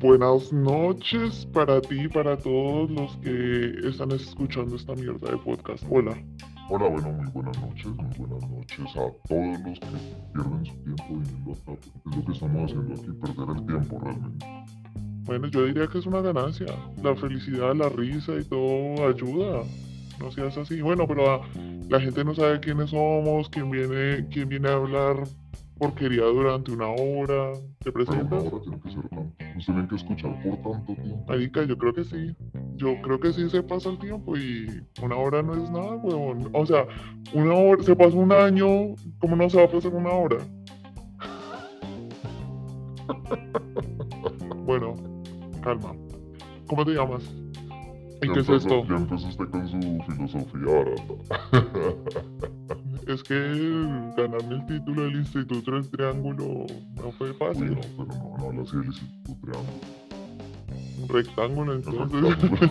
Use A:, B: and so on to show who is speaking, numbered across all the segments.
A: Buenas noches para ti y para todos los que están escuchando esta mierda de podcast. Hola.
B: Hola, bueno, muy buenas noches, muy buenas noches a todos los que pierden su tiempo viniendo acá. Es lo que estamos haciendo aquí, perder el tiempo realmente.
A: Bueno, yo diría que es una ganancia. La felicidad, la risa y todo ayuda. No seas así. Bueno, pero la, la gente no sabe quiénes somos, quién viene, quién viene a hablar porquería durante una hora. ¿Te
B: Pero una
A: presentas?
B: hora tiene que ser tanto. No se tienen que escuchar por tanto tiempo.
A: Marica, yo creo que sí. Yo creo que sí se pasa el tiempo y una hora no es nada, weón. O sea, una hora, se pasa un año, ¿cómo no se va a pasar una hora? Bueno, calma. ¿Cómo te llamas? ¿Y
B: Ya
A: qué es
B: empezó-
A: esto?
B: Ya empezó usted con su filosofía barata.
A: Es que ganarme el título del Instituto del Triángulo no fue
B: Uy,
A: fácil.
B: no, pero no, no habla así del Instituto Triángulo.
A: Un rectángulo, entonces.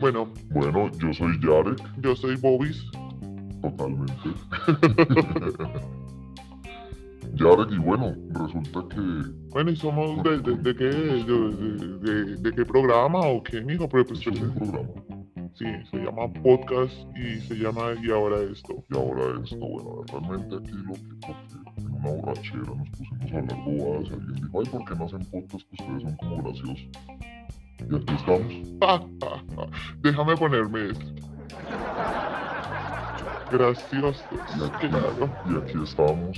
A: bueno,
B: Bueno, yo soy Yarek,
A: yo soy Bobis.
B: totalmente. Yarek, y bueno, resulta que
A: Bueno, ¿y somos de, de- de qué, de, de- de- de qué programa o qué, mijo? Pero pues,
B: Esto es un programa.
A: sí, se llama podcast y se llama Y ahora esto.
B: Y ahora esto, bueno, realmente aquí lo que, lo que en una borrachera nos pusimos a hablar bobadas y alguien dijo, ay, ¿por qué no hacen podcast que ustedes son como graciosos? Y aquí estamos.
A: Déjame ponerme esto. Gracioso.
B: Y aquí,
A: Claro.
B: y aquí estamos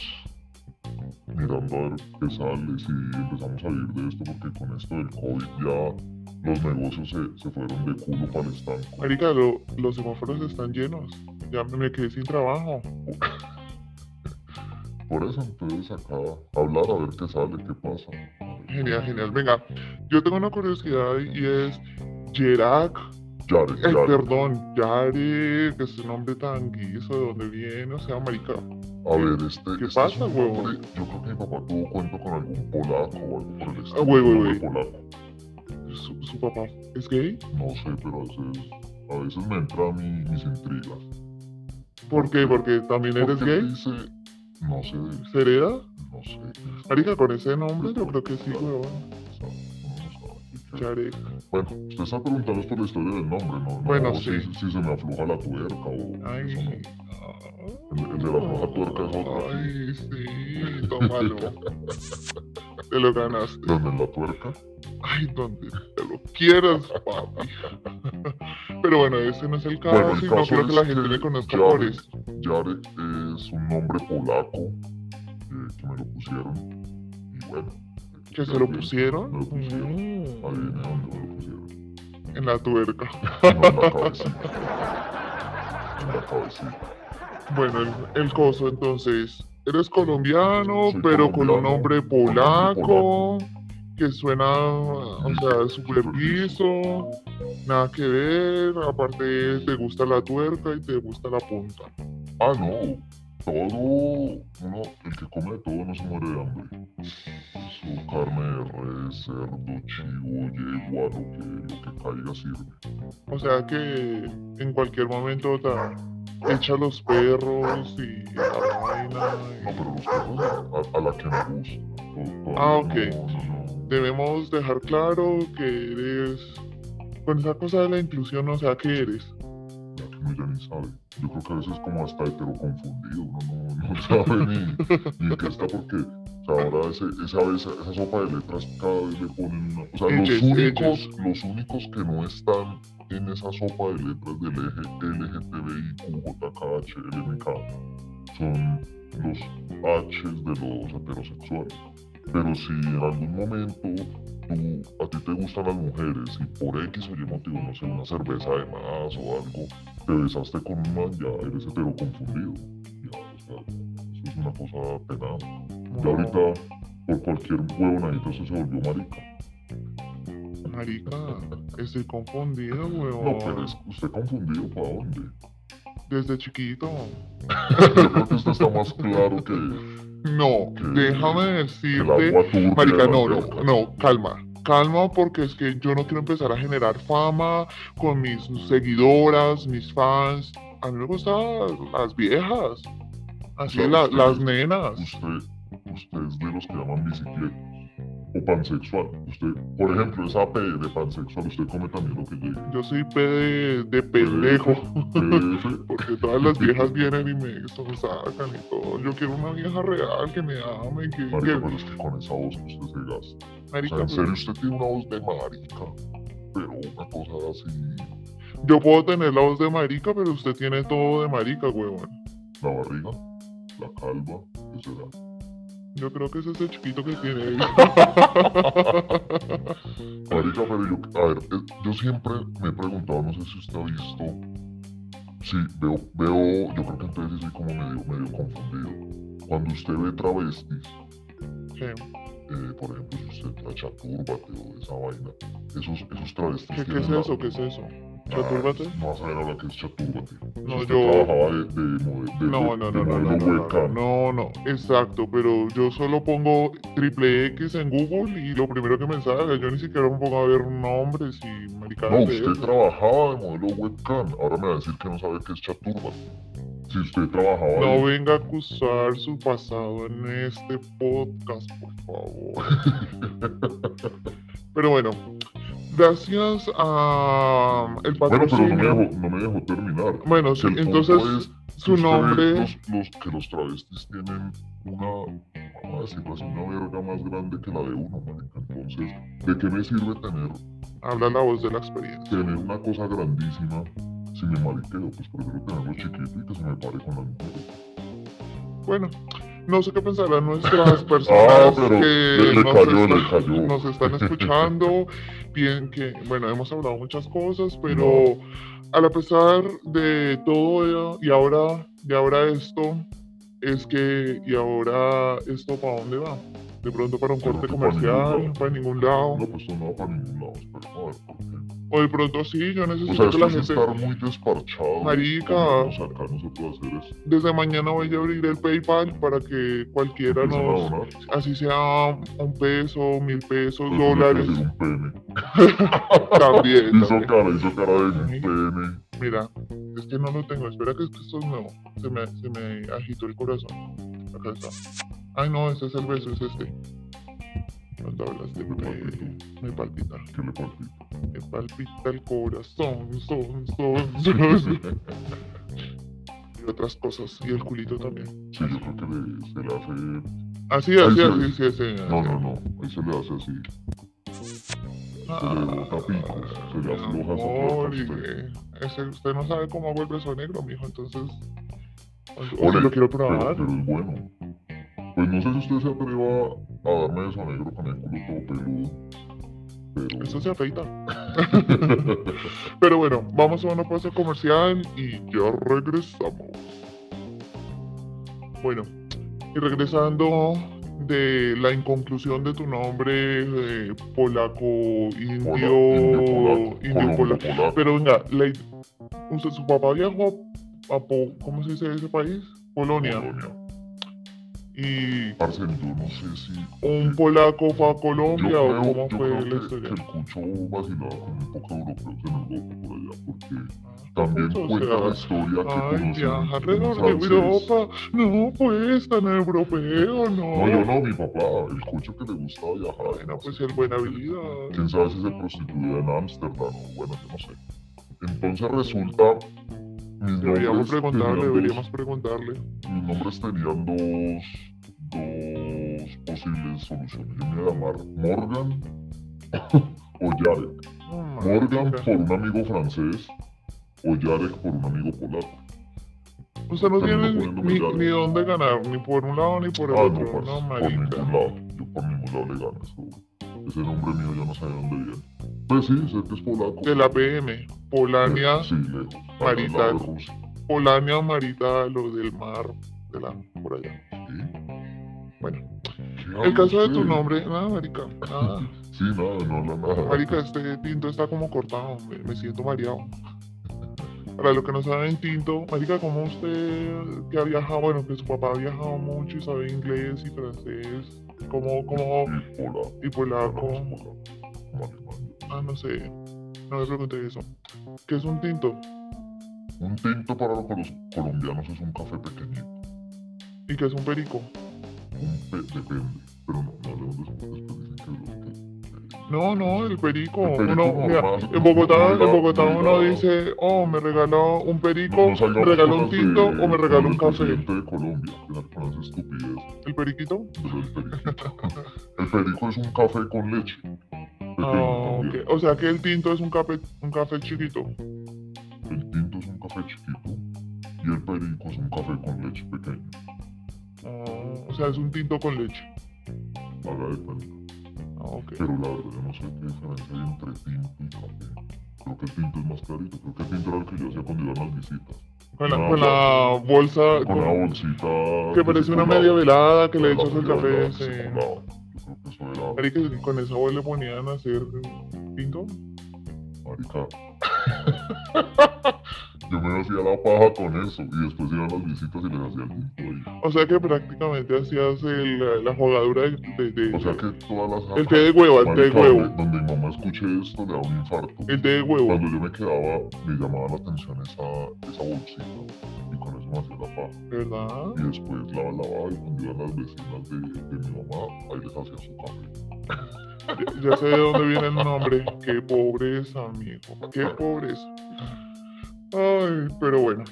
B: mirando a ver qué sale, si empezamos a vivir de esto, porque con esto del COVID ya los negocios se, se fueron de culo para el estanco.
A: Marica, lo- los semáforos están llenos. Ya me, me quedé sin trabajo.
B: Por eso entonces acá hablar a ver qué sale, qué pasa.
A: Genial, genial. Venga, yo tengo una curiosidad y es Yerak,
B: Yarek,
A: eh,
B: Yarek,
A: perdón, Yare, que es un nombre tan guiso, ¿de dónde viene? O sea, marica,
B: A ver, este.
A: ¿Qué
B: este es
A: pasa,
B: un
A: huevón?
B: hombre- Yo creo que mi papá tuvo cuento con algún polaco o algo por el estilo.
A: Ah, güey, güey,
B: un
A: güey.
B: hombre polaco. pues,
A: su, su papá es gay.
B: No sé, pero a veces, a veces me entran mis intrigas.
A: ¿Por qué? Porque también
B: ¿Por
A: eres
B: qué
A: gay.
B: Dice, no sé,
A: ¿Se hereda?
B: no sé.
A: Marica, con ese nombre yo creo que sí, huevón.
B: o sea, no sabe, qué chévere.
A: Yarek.
B: Bueno, usted está preguntando es por la historia del nombre, ¿no? No,
A: Bueno,
B: si,
A: sí.
B: si se me afloja la tuerca o
A: Ay.
B: eso, ¿no?
A: El,
B: el de la roja tuerca es otro.
A: Ay, sí, tómalo. Te lo ganaste.
B: Donde en la tuerca,
A: Ay, donde te lo quieras, papi. Pero bueno, ese no es el caso,
B: Bueno, el
A: y no
B: caso
A: creo que la
B: es
A: gente
B: que
A: le conozca
B: ya-
A: por eso.
B: Yarek es un nombre polaco eh, que me lo pusieron. Y bueno.
A: Que se
B: ya
A: lo
B: bien.
A: pusieron
B: Me lo pusieron.
A: mm,
B: Adivine dónde me lo pusieron.
A: en la tuerca.
B: No, en la cabecita. En la cabecita.
A: Bueno, el, el coso, entonces, eres colombiano,
B: Soy
A: pero con un
B: colombiano,
A: nombre
B: con nombre
A: polaco,
B: polaco.
A: que suena, o sea, super guiso, nada que ver, aparte te gusta la tuerca y te gusta la punta.
B: Ah, no. Todo. Uno, el que come de todo no se muere de hambre. Su carne de res, cerdo, chivo, yegua, lo que, lo que caiga sirve.
A: O sea que en cualquier momento te echa los perros y la vaina.
B: No,
A: y-
B: pero los perros a, a la que me gusta. To- to-
A: Ah, ok.
B: No, no, no.
A: Debemos dejar claro que eres, con esa cosa de la inclusión, o sea, que eres.
B: Ya que uno ya ni sabe. Yo creo que a veces como hasta hetero confundido, uno no, no sabe ni, ni en qué está porque o sea, ahora ese, esa, esa, esa sopa de letras cada vez le ponen una. O sea,
A: Eches,
B: los únicos, los únicos que no están en esa sopa de letras del eje LGTBIQJKHLMK son los H de los heterosexuales. Pero si en algún momento tú, a ti te gustan las mujeres y por X o Y motivo, no sé, una cerveza de más o algo, te besaste con un man, ya eres hetero confundido. Ya, o sea, eso es una cosa penada. Ya ahorita, por cualquier huevonadito, eso se volvió marica.
A: Marica, estoy confundido, weón.
B: No, pero es usted confundido, ¿para dónde?
A: Desde chiquito.
B: Yo creo que usted está más claro que,
A: No,
B: ¿Qué?
A: déjame
B: que el
A: decirte.
B: agua turbia.
A: Marica,
B: de la
A: no, no,
B: alberca.
A: no, calma. Calma porque es que yo no quiero empezar a generar fama con mis
B: Mm.
A: seguidoras, mis fans. A mí me gustan las viejas. Así,
B: Claro,
A: la-
B: sí.
A: las nenas.
B: Usted, usted es de los que llaman bicicleta. o pansexual. Usted, por ejemplo, esa P de pansexual, usted come también lo que llegue.
A: Yo soy P de, de pendejo.
B: PF,
A: Porque todas las viejas vienen y me son- sacan y todo. Yo quiero una vieja real que me ame, que,
B: marica,
A: que
B: pero es que con esa voz usted se gasta. O
A: marica,
B: sea, en
A: pues,
B: serio, usted tiene una voz de marica, pero una cosa así,
A: Yo puedo tener la voz de marica, pero usted tiene todo de marica, huevón.
B: la barriga, la calva, ¿qué será?
A: Yo creo que es ese chiquito que tiene ahí.
B: Marica, pero yo, a ver, eh, yo siempre me he preguntado, no sé si usted ha visto, sí, veo, veo, yo creo que entonces sí soy como medio, medio confundido. Cuando usted ve travestis,
A: ¿Qué?
B: eh, por ejemplo, si usted la chatúrbate o esa vaina, esos, esos travestis
A: ¿Qué, qué
B: tienen
A: es
B: la-
A: eso? ¿Qué es eso?
B: Ah,
A: ¿Chatúrbate?
B: no vas a ver a la que es chatúrbate.
A: No,
B: usted
A: yo-
B: trabajaba de, de, mode- de-
A: No, no,
B: de- de
A: no, no, no,
B: modelo
A: no, no,
B: webcam.
A: no, no, exacto, pero yo solo pongo triple X en Google y lo primero que me salga, yo ni siquiera me pongo a ver nombres y
B: No,
A: maricadas de
B: usted
A: esas.
B: trabajaba de modelo webcam. Ahora me va a decir que no sabe qué es chaturba. Si usted trabajaba
A: No
B: de...
A: venga a acusar su pasado en este podcast, por favor. Pero bueno, gracias a um, el
B: Bueno, pero no me,
A: patrocinio.
B: dejó, no me dejó terminar.
A: Bueno,
B: Si
A: sí,
B: el punto
A: entonces
B: es
A: su
B: que usted ve
A: nombre
B: Los, los- que los travestis tienen una... Vamos a decirlo así, una verga más grande que la de uno, marica. Entonces, ¿de qué me sirve tener,
A: habla la voz de la experiencia.
B: tener una cosa grandísima si me mariqueo? Pues prefiero tenerlo chiquito y que se me pare con la mujer.
A: Bueno, no sé qué pensarán nuestras
B: Ah,
A: personas
B: pero
A: que
B: le, le
A: nos,
B: cayó,
A: están,
B: le cayó.
A: nos están escuchando. Bien que, bueno, hemos hablado muchas cosas, pero a la pesar de todo y ahora, y ahora esto, es que, y ahora esto, ¿para dónde va? De pronto para un
B: Yo
A: corte
B: creo que para ningún
A: comercial,
B: lado.
A: para ningún lado.
B: No, pues no va para ningún lado, espera, a ver, ¿por qué?
A: O de pronto sí, yo
B: O sea,
A: necesito que
B: esto
A: la
B: es
A: gente...
B: estar muy desparchado.
A: Marica.
B: O sea, acá no se puede hacer eso.
A: Desde mañana voy a abrir el PayPal para que cualquiera
B: Empiezan a
A: nos,
B: donar.
A: así sea un peso, mil pesos,
B: Entonces,
A: dólares,
B: tiene que ser un pene.
A: también.
B: Hizo
A: también.
B: cara, hizo cara de un pene.
A: Mira, es que no lo tengo. Espera que es que esto es nuevo. Se me, se me agitó el corazón. Acá está. Ay, no, ese es el beso, es este. No te hablas de
B: Me
A: pe- Me
B: palpito,
A: palpita,
B: que le palpito.
A: me palpita el corazón, son, son, son. Y otras cosas, y el culito también.
B: Sí, yo creo que le, se le hace. No,
A: Así, así,
B: sí.
A: así, sí, así.
B: no, no. Ahí se le hace así. Se le
A: Ah.
B: bota picos. Se le afloja esa plata a
A: Amor, y
B: usted.
A: que ese- usted no sabe cómo hago el beso negro, mijo, entonces. o- o si
B: Ole,
A: lo quiero
B: Pero,
A: probar.
B: pero es bueno. Pues no sé si usted se atreva a darme eso negro con el culo todo peludo. Pero.
A: Eso se afeita. Pero bueno, vamos a una pausa comercial y ya regresamos. Bueno, y regresando de la inconclusión de tu nombre eh, polaco,
B: Polo-
A: indio, indio polaco.
B: indio polaco, colombo
A: Pero venga, la- usted, su papá viajó a, a Po- ¿cómo se dice ese país? Polonia.
B: Polonia.
A: Y
B: Parce, yo no sé si.
A: un polaco fue a
B: Yo
A: Colombia o
B: creo, yo
A: cómo fue la
B: creo que, que
A: historia.
B: el cucho vacilaba con un poco de europeos en Europa por allá, porque
A: Ah,
B: también
A: puto, o
B: cuenta la
A: sea,
B: historia que
A: Ay,
B: conocí
A: viaja
B: de un
A: alrededor de
B: francés.
A: Europa. No, pues, tan europeo, no.
B: No, yo no, mi papá, el cucho que le gustaba viajar.
A: Bueno,
B: no sé.
A: pues el buena vida.
B: Quién sabe si se prostituía en Ámsterdam o bueno, yo no sé. Entonces resulta. Mis
A: Deberíamos
B: nombres,
A: preguntarle,
B: tenían dos,
A: deberíamos preguntarle.
B: mis nombres tenían dos, dos posibles soluciones. Yo me iba a llamar Morgan o Yarek.
A: Ah,
B: Morgan
A: marica.
B: por un amigo francés o Yarek por un amigo polaco.
A: Usted no
B: terminó
A: tiene
B: poniéndome
A: ni,
B: llave.
A: ni dónde ganar, ni por un lado ni por el
B: Ah, no,
A: otro.
B: parce,
A: No,
B: por ningún
A: marica.
B: lado. Yo por ningún lado le gano. eso- Ese nombre mío yo no sé de dónde viene. Pues sí, sé que es polaco.
A: De la PM. Polania,
B: Eh, Sí, lejos. al
A: Marital.
B: lado de Rusia.
A: Polania Marita, lo del mar, de la, por allá.
B: Sí.
A: Bueno,
B: ¿Qué
A: el
B: habla
A: caso de tu
B: usted?
A: nombre, nada, marica, nada.
B: Sí, nada, no habla nada.
A: Marica, este tinto está como cortado, me, me siento mareado. Para los que no saben tinto, Marica, como usted que ha viajado, bueno, que su papá ha viajado mucho y sabe inglés y francés, como, como,
B: Y polaco.
A: y polaco,
B: hablamos polaco. Como alemán.
A: ah, no sé, no me pregunté eso. ¿Qué es un tinto?
B: Un tinto para los col- colombianos es un café pequeñito.
A: ¿Y qué es un perico?
B: Un pe- depende. Pero no, no hablemos de eso porque después dicen que lo
A: No, no, el perico.
B: El perico
A: uno,
B: como
A: mira,
B: más-
A: en Bogotá, en
B: obligado,
A: Bogotá uno
B: obligado.
A: dice, oh, me regaló un perico,
B: no salgan
A: me regaló un
B: cosas
A: tinto
B: de-
A: o me regaló un
B: del
A: café.
B: presidente de Colombia, la- con esa estupidez.
A: El periquito.
B: pero el perico. El perico es un café con leche. Pequeño
A: Ah,
B: también.
A: ok. O sea que el tinto es un café, un café chiquito.
B: El tinto es un café chiquito y el perico es un café con leche pequeño.
A: Ah, o sea, es un tinto con leche.
B: Haga de cuenta.
A: Ah, ok.
B: Pero la verdad, yo no sé qué diferencia hay entre tinto y café. Creo que el tinto es más clarito. Creo que el tinto era el que yo hacía cuando iban las visitas.
A: Con la,
B: No,
A: con la bolsa
B: Con
A: Ah, con-
B: la bolsita.
A: que parece una media velada que le echas el café.
B: Sí.
A: sí.
B: Yo creo que eso era
A: Marica, con esa voz le ponían a hacer tinto.
B: marica. Yo me hacía la paja con eso y después iban las visitas y les hacía el tinto ahí.
A: O sea que prácticamente hacías el- la, la jugadura de, de- de-
B: O sea que todas las
A: el té de huevo, el té de
B: Marica,
A: huevo.
B: Donde, donde mi mamá escuché esto le da un infarto.
A: El té de huevo.
B: Cuando yo me quedaba, me llamaba la atención esa, esa bolsita y con eso me hacía la paja.
A: ¿Verdad?
B: Y después la lavaba y cuando iban las vecinas de, de mi mamá, ahí les hacía su café.
A: Ya sé de dónde viene el nombre. Qué pobreza, amigo. Qué pobreza. Ay, pero bueno.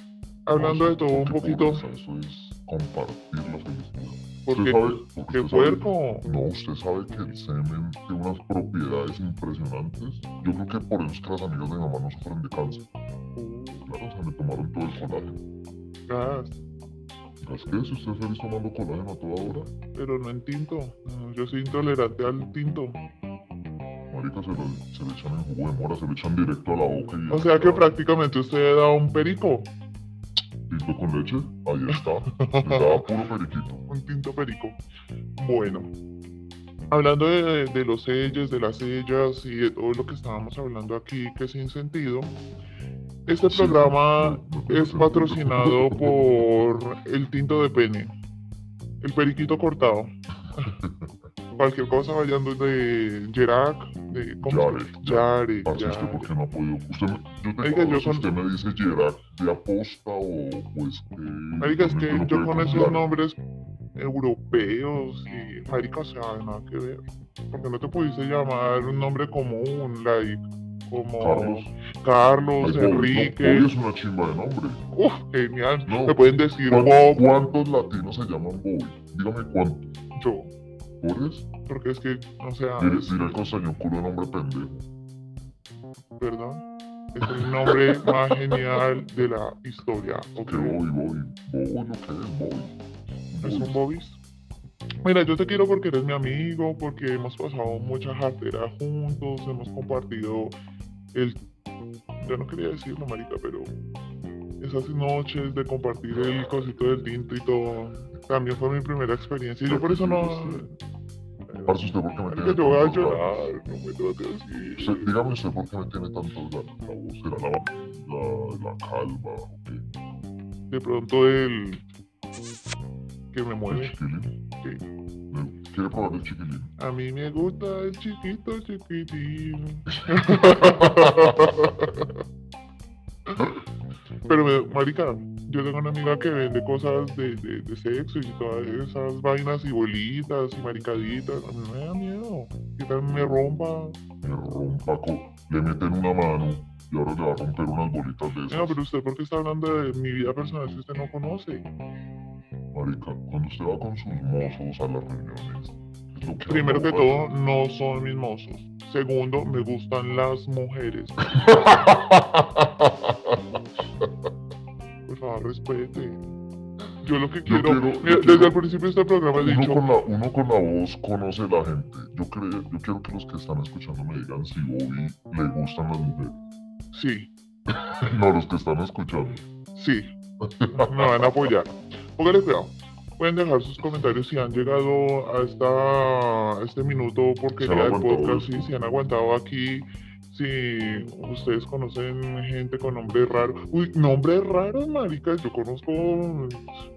A: Hablando de todo un
B: Qué
A: poquito,
B: pobreza, Eso es compartir la felicidad.
A: porque
B: usted sabe, porque
A: qué
B: usted sabe-
A: puerco.
B: no, usted sabe que el semen tiene unas propiedades impresionantes. Yo creo que por eso es que las amigas de mi mamá no sufren de cáncer.
A: Uh,
B: Claro, o sea, me tomaron todo el colágeno.
A: Ah,
B: Es que si usted es feliz tomando colágeno a toda hora,
A: pero no en tinto. No, Yo soy intolerante al tinto.
B: marica, se, lo- se le echan en jugo de mora, se le echan directo a la boca y...
A: O sea que
B: prácticamente...
A: prácticamente usted da un perico.
B: Tinto con leche, ahí está. Le daba puro periquito.
A: un tinto perico. Bueno, hablando de, de- de los sellos, de las sellas y de todo lo que estábamos hablando aquí, que es sin sentido, este
B: Sí,
A: programa
B: no, no tiene
A: es
B: sentido.
A: patrocinado por el tinto de pene, el periquito cortado. Cualquier cosa vayando de Gerac, de ¿cómo es? Yare,
B: Parce,
A: Yare.
B: usted porque no ha podido... Usted me... Yo tengo...
A: Marica, yo
B: si
A: con-
B: usted me dice Gerard de aposta o pues... Eh,
A: Marica, es que
B: realmente
A: yo
B: no puede
A: con esos
B: confiar.
A: nombres europeos y marica, o sea, nada que ver. Porque no te pudiste llamar un nombre común, like, como
B: Carlos.
A: Carlos,
B: Ay, Bobby, no,
A: Enrique.
B: Bobby es una chimba de nombre.
A: Uf, genial.
B: No.
A: Me pueden decir
B: ¿Cuán-
A: Bob,
B: ¿Cuántos latinos se llaman Bobby? Dígame cuántos.
A: yo.
B: ¿Por eso?
A: Porque es que, o sea,
B: Diré, diré el costeño, culo de nombre pendejo.
A: ¿verdad? Es el nombre más genial de la historia. ¿ok?
B: Que Bobby, Bobby. Bobby lo que es, Bobby.
A: ¿Es
B: Bobby.
A: un Bobis? Mira, yo te quiero porque eres mi amigo, porque hemos pasado muchas jarteras juntos, hemos compartido el... Yo no quería decirlo, marica, pero esas noches de compartir el cosito del tinto y todo, también fue mi primera experiencia. Y yo por eso no...
B: Parce, usted por qué me
A: Marica,
B: tiene
A: yo voy a
B: tantos
A: llorar, no me trate
B: ganas? Usted-
A: así.
B: dígame usted por qué me tiene tantos ganas. La voz era la, la, la calva, ¿o qué?
A: De pronto el... que me
B: el
A: mueve.
B: chiquilín.
A: Sí.
B: ¿Me- ¿Quiere probar el chiquilín?
A: A mí me gusta el chiquito chiquitín. Pero, me- marica, yo tengo una amiga que vende cosas de, de, de sexo y todas esas vainas y bolitas y maricaditas. A mí me da miedo. Que tal me rompa.
B: Me rompa co- Le meten una mano y ahora le va a romper unas bolitas de
A: No,
B: esas.
A: pero usted, ¿por qué está hablando de mi vida personal si usted no conoce?
B: Marica, cuando usted va con sus mozos a las reuniones, es lo que
A: Primero que
B: habla,
A: todo, no son mis mozos. Segundo, me gustan las mujeres. Por favor, respete. Yo lo que
B: Yo
A: quiero.
B: quiero-
A: mira,
B: yo quiero-
A: desde el principio de este programa he
B: Uno
A: dicho.
B: con, la, uno con la voz conoce la gente. Yo, creo, yo quiero que los que están escuchando me digan si Bobby le gustan las mujeres.
A: Sí,
B: No, los que están escuchando.
A: sí. me van a apoyar. Póngale cuidado. Pueden dejar sus comentarios si han llegado a, esta, a este minuto porque
B: Se han
A: ya el
B: aguantado
A: podcast y
B: esto.
A: si han aguantado aquí. Si ustedes conocen gente con nombres raros. Uy, nombres raros, maricas. Yo conozco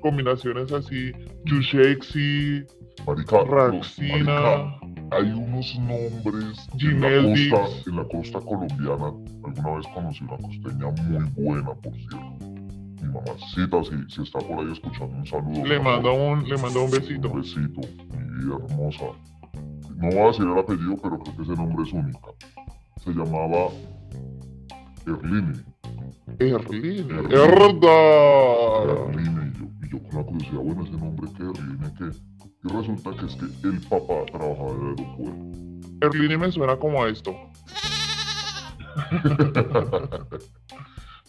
A: combinaciones así. Yushexi,
B: Marica, los- marica,
A: Raxina.
B: hay unos nombres
A: Gmail
B: en, la
A: Dix.
B: costa, en la costa colombiana. Alguna vez conocí una costeña muy buena, por cierto. Mi mamacita, si, si está por ahí escuchando, un saludo.
A: Le
B: mi amor.
A: mando un, le mando un besito.
B: Un besito, mi querida, hermosa. No voy a decir el apellido, pero creo que ese nombre es único. Se llamaba Erline.
A: Erline.
B: Erline.
A: Erda.
B: Erline. Y yo, y yo con la curiosidad, bueno, ese nombre que Erline, que. Y resulta que es que el papá trabajaba en el aeropuerto.
A: Erline me suena como a esto.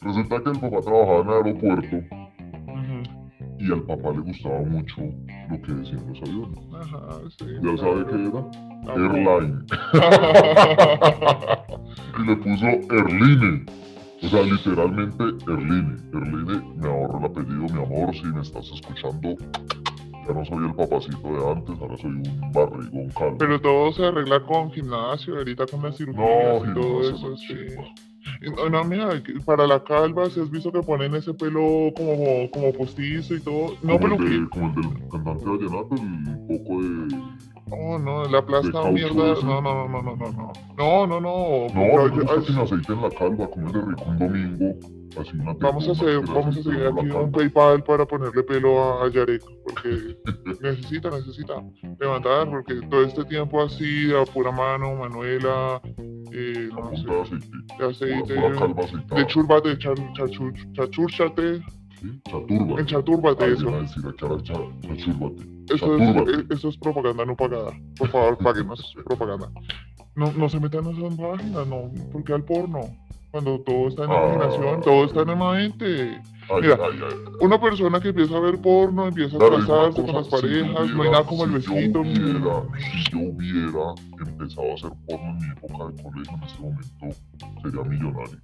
B: Resulta que el papá trabajaba en el aeropuerto
A: Ujú.
B: y al papá le gustaba mucho lo que decían los aviones.
A: Ajá, sí.
B: Ya sabe qué era
A: claro.
B: Airline. Y le puso Erline. O sea, literalmente Erline. Erline, me ahorro el apellido, mi amor, si me estás escuchando. Ya no soy el papacito de antes, ahora soy un barrigón calvo.
A: Pero todo se arregla con gimnasio, ahorita con las
B: No,
A: cirugías y todo
B: gimnasio
A: eso,
B: no,
A: sí.
B: chimba.
A: Y No, no, mira, que para la calva, si has visto que ponen ese pelo como, como postizo y todo. No,
B: como,
A: pero
B: el
A: que.
B: de- como el del cantante vallenato, el poco de...
A: No, no, la plasta
B: caucho
A: mierda.
B: ese.
A: No, no, no, no, no, no. No, no, no.
B: No,
A: pero
B: pero
A: yo-
B: está sin aceite en la calva, como el de rico un domingo, así una
A: Vamos a
B: tetona,
A: hacer,
B: pero
A: vamos a
B: aceite
A: seguir
B: en la
A: aquí
B: calva.
A: un PayPal para ponerle pelo a, a Yarek, porque necesita, necesita levantar, porque todo este tiempo así, a pura mano, Manuela, eh,
B: La
A: no
B: punta de
A: sé,
B: aceite,
A: de aceite,
B: pura, pura calva aceitada.
A: de churbate, char- chachur- chachúrchate,
B: ¿sí? Chaturba. Ah,
A: enchaturbate,
B: yo iba
A: eso.
B: a decir aquí ahora, cha- chachúrbate.
A: Eso es, eh,
B: chatúrbate.
A: eso es propaganda no pagada. Por favor, páguenos propaganda. No, no se metan en esas páginas, no, porque al porno. Cuando todo está en
B: Ah.
A: imaginación, todo está en la mente.
B: Ay,
A: Mira,
B: ay, ay.
A: Una persona que empieza a ver porno, empieza a
B: Claro, es una
A: casarse con
B: cosa,
A: las
B: si yo
A: parejas, no hay
B: hubiera-
A: nada como el
B: si
A: besito.
B: Yo hubiera, si yo hubiera empezado a hacer porno en mi época de colegio en este momento, sería millonario.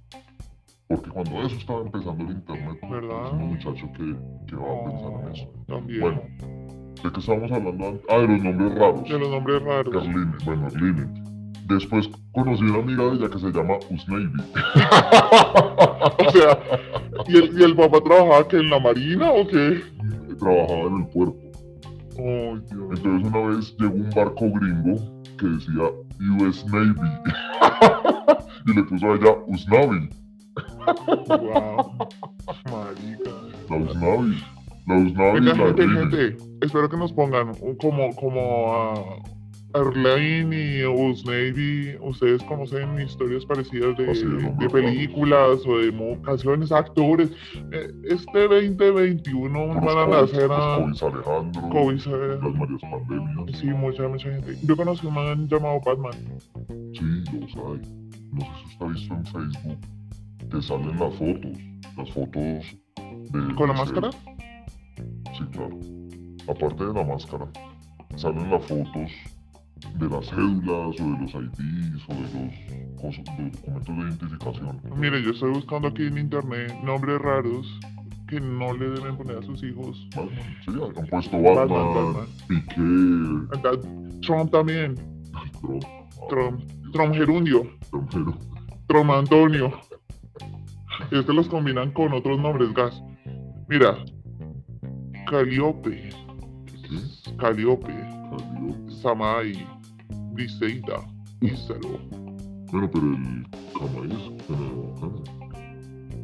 B: Porque cuando eso estaba empezando el internet, pues, es
A: ¿Verdad? Ah,
B: un muchacho que, que va a pensar en eso.
A: También.
B: Bueno, ¿De qué estábamos hablando antes? Ah, de los nombres raros.
A: de los nombres
B: pues,
A: raros.
B: Erline, bueno, Erline. Después conocí una amiga de ella que se llama Usneidy.
A: o sea, ¿y el, ¿y el papá trabajaba que en la marina o qué?
B: Trabajaba en el puerto.
A: Oh, Dios.
B: Entonces una vez llegó un barco gringo que decía US Navy. y le puso a ella Usnavi.
A: Wow. Marica.
B: La Usnavi. La Usnavi y
A: Venga,
B: la
A: gente,
B: Erline.
A: gente, espero que nos pongan un- como, como a Erlaine y Us Navy. Ustedes conocen historias parecidas de,
B: Así es, hombre,
A: de películas o de mo- canciones, actores. Eh, Este 2021
B: Por
A: van a
B: los
A: nacer a
B: Covis Alejandro.
A: COVID, ¿sabes?
B: Las Marías Pandemias.
A: eh, Sí, mucha, mucha gente. Yo conocí un man llamado Batman.
B: Sí, los hay. No sé si usted ha visto en Facebook que salen las fotos. Las fotos de...
A: ¿Con la
B: no sé,
A: máscara?
B: Sí, claro. Aparte de la máscara, salen las fotos de las cédulas o de los IDs o de los, cosas- de los documentos de identificación.
A: Mire, yo estoy buscando aquí en internet nombres raros que no le deben poner a sus hijos.
B: Batman, sí, han puesto Batman, Piqué,
A: Acá, Trump también.
B: Trump,
A: Trump. Trump Gerundio.
B: Trump, pero
A: Trom Antonio. Y es que los combinan con otros nombres, gas. Mira, Caliope,
B: ¿qué?
A: Caliope,
B: Carioca.
A: Samai, Briseida, Ísaro,
B: Bueno, pero el Camais suena bacano.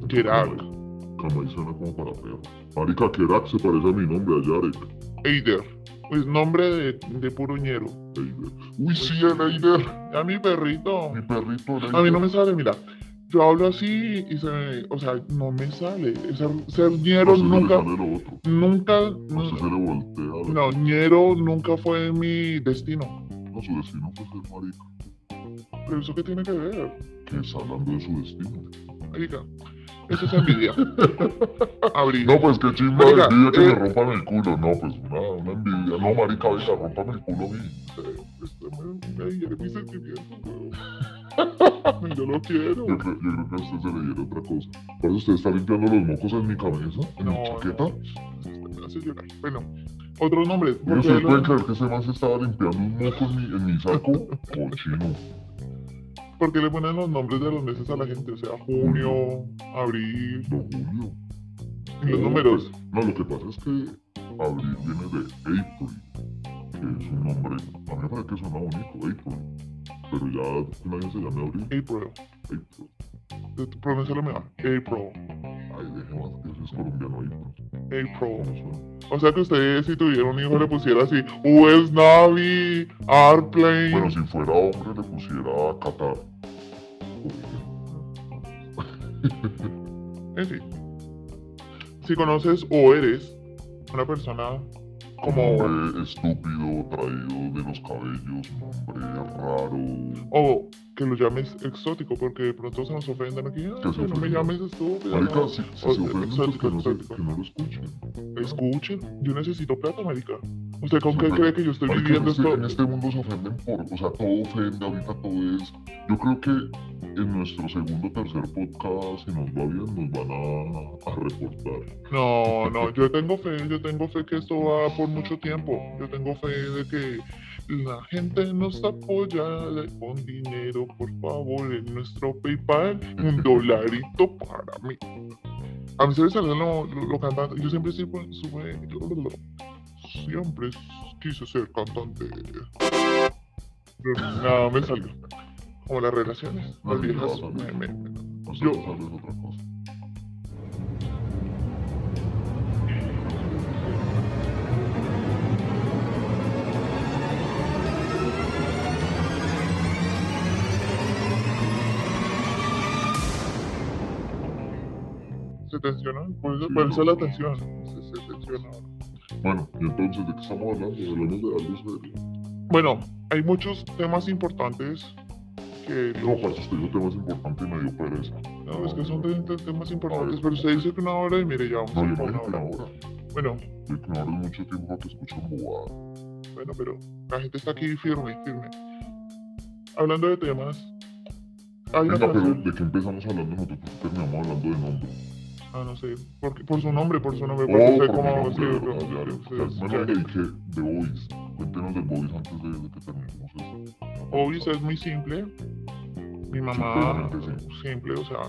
B: El
A: Gerard,
B: Camais- Camais suena como para perro. Marica, Kerak se parece a mi nombre, a Yarek.
A: Eider. Pues nombre de, de puro ñero.
B: Eider. Uy, sí, el Eider.
A: A mi perrito.
B: Mi perrito el
A: A mí no
B: Eider.
A: me sale, mira. Yo hablo así y se me, O sea, no me sale. Ser, ser ñero
B: Entonces le
A: nunca.
B: sale lo otro.
A: Nunca.
B: Entonces se le voltea.
A: No, ñero nunca fue mi destino.
B: No, su destino fue ser marica.
A: Pero eso qué tiene que ver.
B: Que está hablando de su destino.
A: Marica, eso es envidia. Abrir.
B: No, pues qué chimba de
A: Marica,
B: envidia que
A: eh.
B: me rompan el culo. No, pues una, una envidia. No, marica, venga, rompame el culo a mí.
A: Este man, ay, ya mi sentimiento, weón. Yo lo quiero.
B: Yo, creo- yo creo que a usted se le diera otra cosa. Por eso usted está limpiando los mocos en mi cabeza, en
A: No,
B: mi chaqueta.
A: no. Este me hace llorar. Bueno, otros nombres.
B: Yo
A: porque
B: ustedes
A: lo-
B: pueden creer que ese man se estaba limpiando un moco en mi, en mi saco. Cochino.
A: ¿Por qué le ponen los nombres de los meses a la gente? O sea, junio, abril,
B: Don Julio.
A: y los
B: No,
A: números.
B: pues, no, lo que pasa es que abril viene de April, que es un nombre, a mí me parece que suena bonito, April, pero ya un año se llama abril,
A: April.
B: April.
A: Eh, Pronuncialo mejor. April.
B: Ay, deje más que ese es colombiano ahí, pues. pero
A: April.
B: ¿cómo suena?
A: O sea que ustedes, si tuvieran un hijo, le pusiera así: US Navy, Airplane.
B: Bueno, si fuera hombre le pusiera Qatar. Por ejemplo.
A: En fin. eh, Si conoces o eres una persona como.
B: Hombre estúpido, traído de los cabellos, hombre raro.
A: O que lo llames exótico, porque de pronto se nos ofenden aquí. "Ay,
B: Que se
A: no me
B: ofendan.
A: llames estúpido.
B: pues, Marica,
A: no".
B: si, si
A: O
B: se
A: sea,
B: ofenden, pues
A: exótico,
B: que no, se-
A: exótico.
B: que no lo escuchen.
A: Escuchen, yo necesito plata, marica. ¿Usted con qué
B: Sí, pues, pero-
A: cree que yo estoy
B: Marica, en
A: viviendo
B: este,
A: esto?
B: en este mundo se ofenden por, o sea, todo ofende, ahorita todo es. Yo creo que en nuestro segundo o tercer podcast, si nos va bien, nos van a, a reportar.
A: No, no, yo tengo fe, yo tengo fe que esto va por mucho tiempo. Yo tengo fe de que la gente nos apoya con dinero, por favor, en nuestro PayPal, un dolarito para mí. A mí se me salió lo, lo, lo cantante. Yo siempre supe- supe- siempre quise ser cantante. Pero nada, me salió. Como las relaciones, las viejas. me- me- me-
B: O sea,
A: Yo-
B: pasarles otra cosa.
A: se tensionan, por eso,
B: Sí,
A: por eso
B: no.
A: la tensión. Se, se tensiona ahora.
B: Bueno, y entonces, ¿de qué estamos hablando? Hablemos de algo serio.
A: Bueno, hay muchos temas importantes que
B: No, parce, usted dijo temas importantes y me dio pereza.
A: no, es que son
B: de...
A: de- de temas importantes, pero usted dice que una hora y mire, ya vamos
B: No, yo
A: a
B: no
A: una
B: dije una
A: hora.
B: hora.
A: Bueno,
B: Yo que una hora es mucho tiempo para que escuchen bobadas.
A: bueno, pero la gente está aquí firme, firme. Hablando de temas, hay una
B: Venga, pero
A: canción.
B: ¿de qué empezamos hablando nosotros? ¿Por qué terminamos hablando de nombre?
A: Ah, no sé, por, por su nombre, por su nombre,
B: Oh,
A: porque sé
B: por mi
A: cómo.
B: nombre,
A: sí,
B: ¿verdad?
A: sí,
B: Claro.
A: sí, sí,
B: Bueno,
A: sí.
B: oye, ¿y qué? The Voice. Cuéntenos de Voice antes de, de que terminemos eso.
A: Hobbies es muy simple. Mi mamá,
B: Simplemente
A: simple, o sea,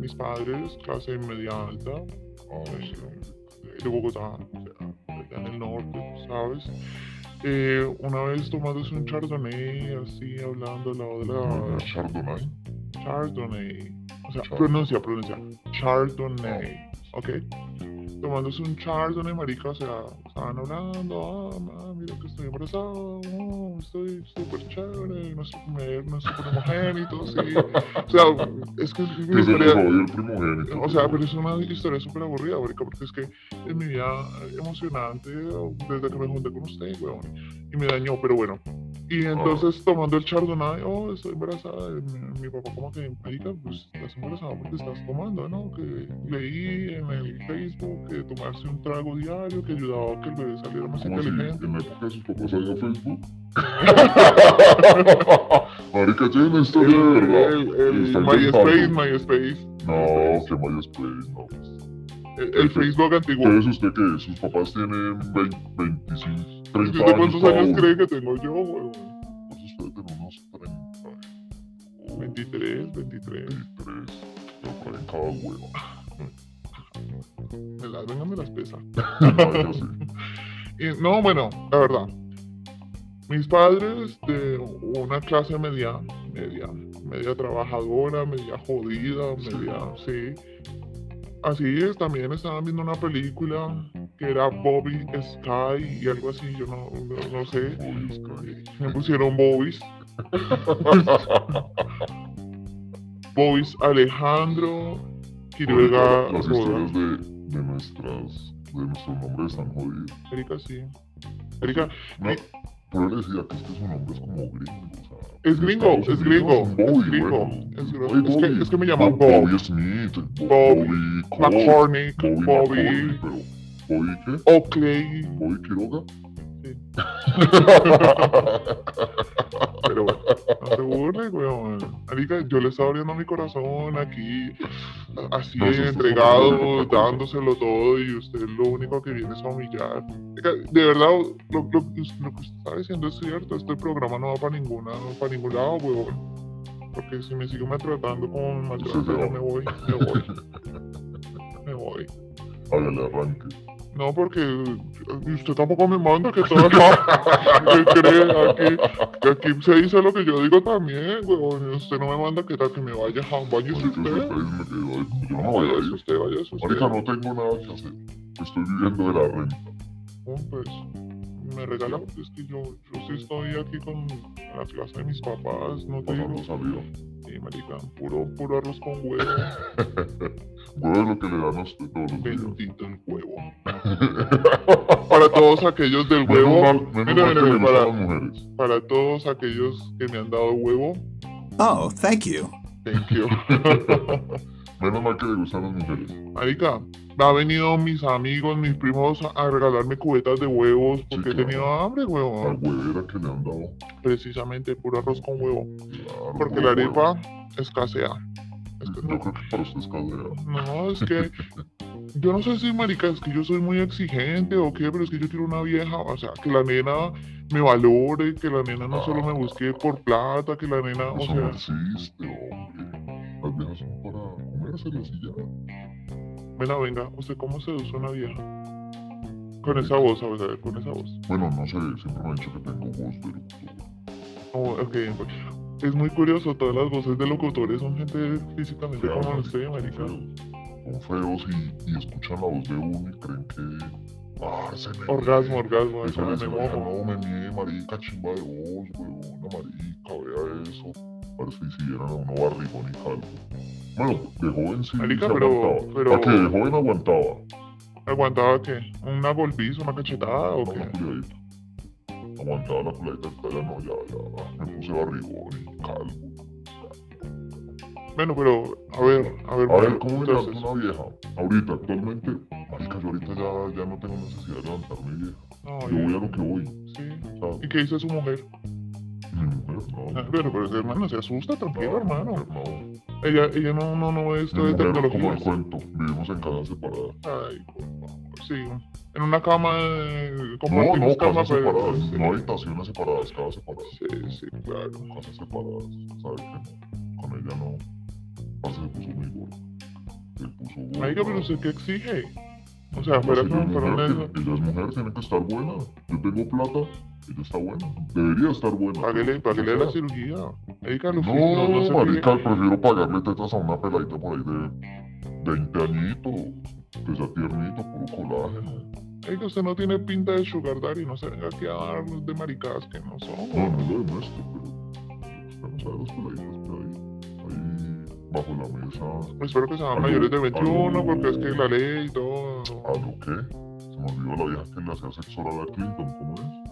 A: mis padres, clase media alta,
B: Ah, sí.
A: pues, de Bogotá, o sea, allá en el norte, ¿sabes? Eh, una vez tomándose un chardonnay, así hablando al lado de
B: Ah,
A: la
B: Chardonnay.
A: chardonnay, o sea,
B: Chard-
A: pronuncia, pronuncia, chardonnay, ¿ok? Tomándose un chardonnay, marica, o sea, estaban hablando, ah, ma, mira que estoy embarazado, oh, estoy súper chévere, no sé comer, no sé primogénito, sí. O sea, es que es
B: Que
A: mi
B: se nos
A: historia,
B: jodió el primogénito.
A: o sea, pues, pero es una historia súper aburrida, marica, porque es que es mi vida emocionante desde que me junté con usted, weón, y me dañó, pero bueno. Y entonces tomando el chardonnay, oh, estoy embarazada, y mi, mi papá como que, marica, pues estás embarazada porque estás tomando, ¿no? Que leí en el Facebook que tomarse un trago diario que ayudaba a que el bebé saliera más
B: Como si
A: inteligente.
B: en la época de sus papás había Facebook. Marica, tiene una
A: El,
B: historia de verdad.
A: el- el
B: Está
A: MySpace,
B: inventando.
A: MySpace,
B: No, que MySpace, no.
A: el, el Facebook antiguo.
B: Entonces, ¿usted qué? ¿Sus papás tienen 20, 25,
A: ¿Y
B: 30
A: ¿Usted
B: años?
A: cuántos
B: cada
A: años
B: uno?
A: cree que tengo yo, weón?
B: Pues usted tiene unos 30,
A: 23, 23.
B: 23. Pero por ahí cada huevo.
A: Me las venga, me las pesa.
B: Marica, sí.
A: Y, no, bueno, la verdad. Mis padres de una clase media, media, media trabajadora, media jodida,
B: Sí.
A: media, sí. Así es, también estaban viendo una película que era Bobby Sky y algo así, yo no, no, no sé.
B: Obvio, Sky.
A: Me pusieron Bobby's. Bobby's Alejandro, Quiroga,
B: Las
A: Roda.
B: historias de, de nuestras, de nuestros nombres están jodidos.
A: Erika, sí. Erika,
B: No,
A: Eh.
B: pero le decía que este es que su nombre es como gringo. O sea,
A: Es
B: en
A: gringo,
B: Estados
A: es gringo,
B: Unidos
A: es
B: Bobby,
A: gringo,
B: bueno.
A: es
B: Oye,
A: gringo. Es que-
B: Bobby.
A: es que me llaman
B: Bo-
A: Bob.
B: Bobby Smith, Bo-
A: Bob
B: Bobby Cole,
A: McCormick,
B: Bobby,
A: Bobby,
B: McCormick, pero ¿Bobby qué?
A: Oakley.
B: ¿Bobby Quiroga?
A: Sí.
B: pero bueno.
A: No se burle, weón. Marica, yo le estaba abriendo mi corazón aquí, así
B: No, sí, sí,
A: entregado,
B: sí.
A: dándoselo todo y usted lo único que viene es a humillar. Marica, De verdad, lo, lo que us- lo que usted está diciendo es cierto, este programa no va para ninguna, para ningún lado, weón. Porque si me sigo maltratando con maltrato,
B: se va.
A: me voy, me voy. Me voy.
B: Hágale arranque.
A: No, No, porque eh, usted tampoco me manda que todo que cree aquí, que aquí se dice lo que yo digo también, huevón. Usted no me manda que, que me vaya a un baño
B: Marica,
A: usted.
B: ese este país me quedó ahí, como yo no me voy a
A: Váyase
B: ir.
A: usted, váyase usted.
B: Marica, no tengo nada que hacer. Estoy viviendo de la renta.
A: Bueno, pues me regala, es que yo, yo sí estoy aquí con en la clase de mis papás, no te digo.
B: Pasando salida.
A: Sí, marica, puro, puro arroz con huevo,
B: Huevo es lo que le dan a usted todos los días.
A: bendito el huevo. Para todos aquellos del
B: Menos
A: huevo,
B: mal-
A: mira,
B: menos
A: mira,
B: mal que le
A: mira, para-
B: gustan las mujeres.
A: para todos aquellos que me han dado huevo,
C: Oh, thank you.
A: thank you.
B: Menos mal que le gustan las mujeres.
A: Marica, me han venido mis amigos, mis primos a regalarme cubetas de huevos porque he
B: claro.
A: tenido hambre,
B: La
A: huevo.
B: huevera que le han dado.
A: Precisamente puro arroz con huevo.
B: claro,
A: Porque
B: puro
A: la
B: huevo.
A: arepa escasea. Escasea.
B: Yo creo que para usted es cadera.
A: No, es que yo no sé si, marica, es que yo soy muy exigente o qué, pero es que yo quiero una vieja, o sea, que la nena me valore, que la nena no solo me busque por plata, que la nena, o
B: Eso no
A: sea,
B: existe, este hombre. Las viejas son para comérselas y ya.
A: venga, venga, usted cómo seduce a una vieja. Con esa voz, a ver, a ver, con esa voz.
B: Bueno, no sé, siempre me han dicho que tengo voz de locutor.
A: Oh, ok, es muy curioso, todas las voces de locutores son gente físicamente
B: Claro,
A: como usted,
B: son
A: marica.
B: feos. Son feos y, y escuchan la voz de uno y creen que. Ah, se me.
A: Orgasmo, orgasmo,
B: Eso
A: eso no
B: me
A: me
B: moja,
A: mojo.
B: no me mire, marica, chimba de voz, huevona, marica, vea eso. Parece que hicieran a uno barrigón y calvo. Bueno, de joven sí
A: Marica,
B: se
A: pero-
B: aguantaba.
A: pero-
B: ¿A que de joven aguantaba?
A: ¿Aguantaba qué? ¿Una golpiza, una cachetada o
B: No,
A: qué?
B: la culiadita. Aguantaba la culiadita, hasta ya no, ya, ya, me puse barrigón y calvo.
A: Bueno, pero, a ver, a ver,
B: A ver,
A: bueno,
B: ¿cómo me
A: entonces,
B: levanto una vieja? Ahorita, actualmente, marica, yo ahorita ya, ya no tengo necesidad de levantarme vieja.
A: no,
B: Yo
A: ya-
B: voy a lo que voy,
A: Sí.
B: ¿sabes?
A: ¿Y qué dice su mujer?
B: Mi mujer, no.
A: Ah, Pero, pero ese hermano se asusta, tranquilo, hermano.
B: mi mujer, no.
A: Ella, ella no, no, no ve esto de
B: Ah. Mi mujer, como el
A: tecnología.
B: cuento, vivimos en casas separadas.
A: Ay, por favor, sí. En una cama, eh,
B: No,
A: compartimos
B: no,
A: cama,
B: casas
A: pero...
B: separadas, no habitaciones separadas, casas separadas.
A: Sí, sí, claro.
B: Casas separadas, ¿sabes qué? Con ella no. Parce se puso muy gordo. Se puso gordo.
A: Marica, pero usted qué exige. O sea,
B: Pues
A: fuera
B: ella, es
A: con
B: mujer,
A: fuera
B: tiene- ella es mujer, tiene que estar buena. Yo tengo plata, ella está buena. Debería estar buena.
A: Páguele, páguele la cirugía. Marica, lo que
B: No,
A: no, no se fije.
B: marica, prefiero pagarle tetas a una peladita por ahí de 20 añitos. Que sea tiernito, puro colágeno.
A: Marica, usted no tiene pinta de sugar daddy. No se venga aquí a dar de maricadas que no
B: No,
A: son.
B: no lo demuestro, pero... Usted no sabe las peladitas que hay ahí bajo la mesa.
A: Pues Espero que sean
B: Aló,
A: mayores de 21
B: aló.
A: porque es que la ley y todo... no.
B: ¿A lo qué? Se me olvidó la vieja que le hacía sexo oral a Clinton, ¿cómo es?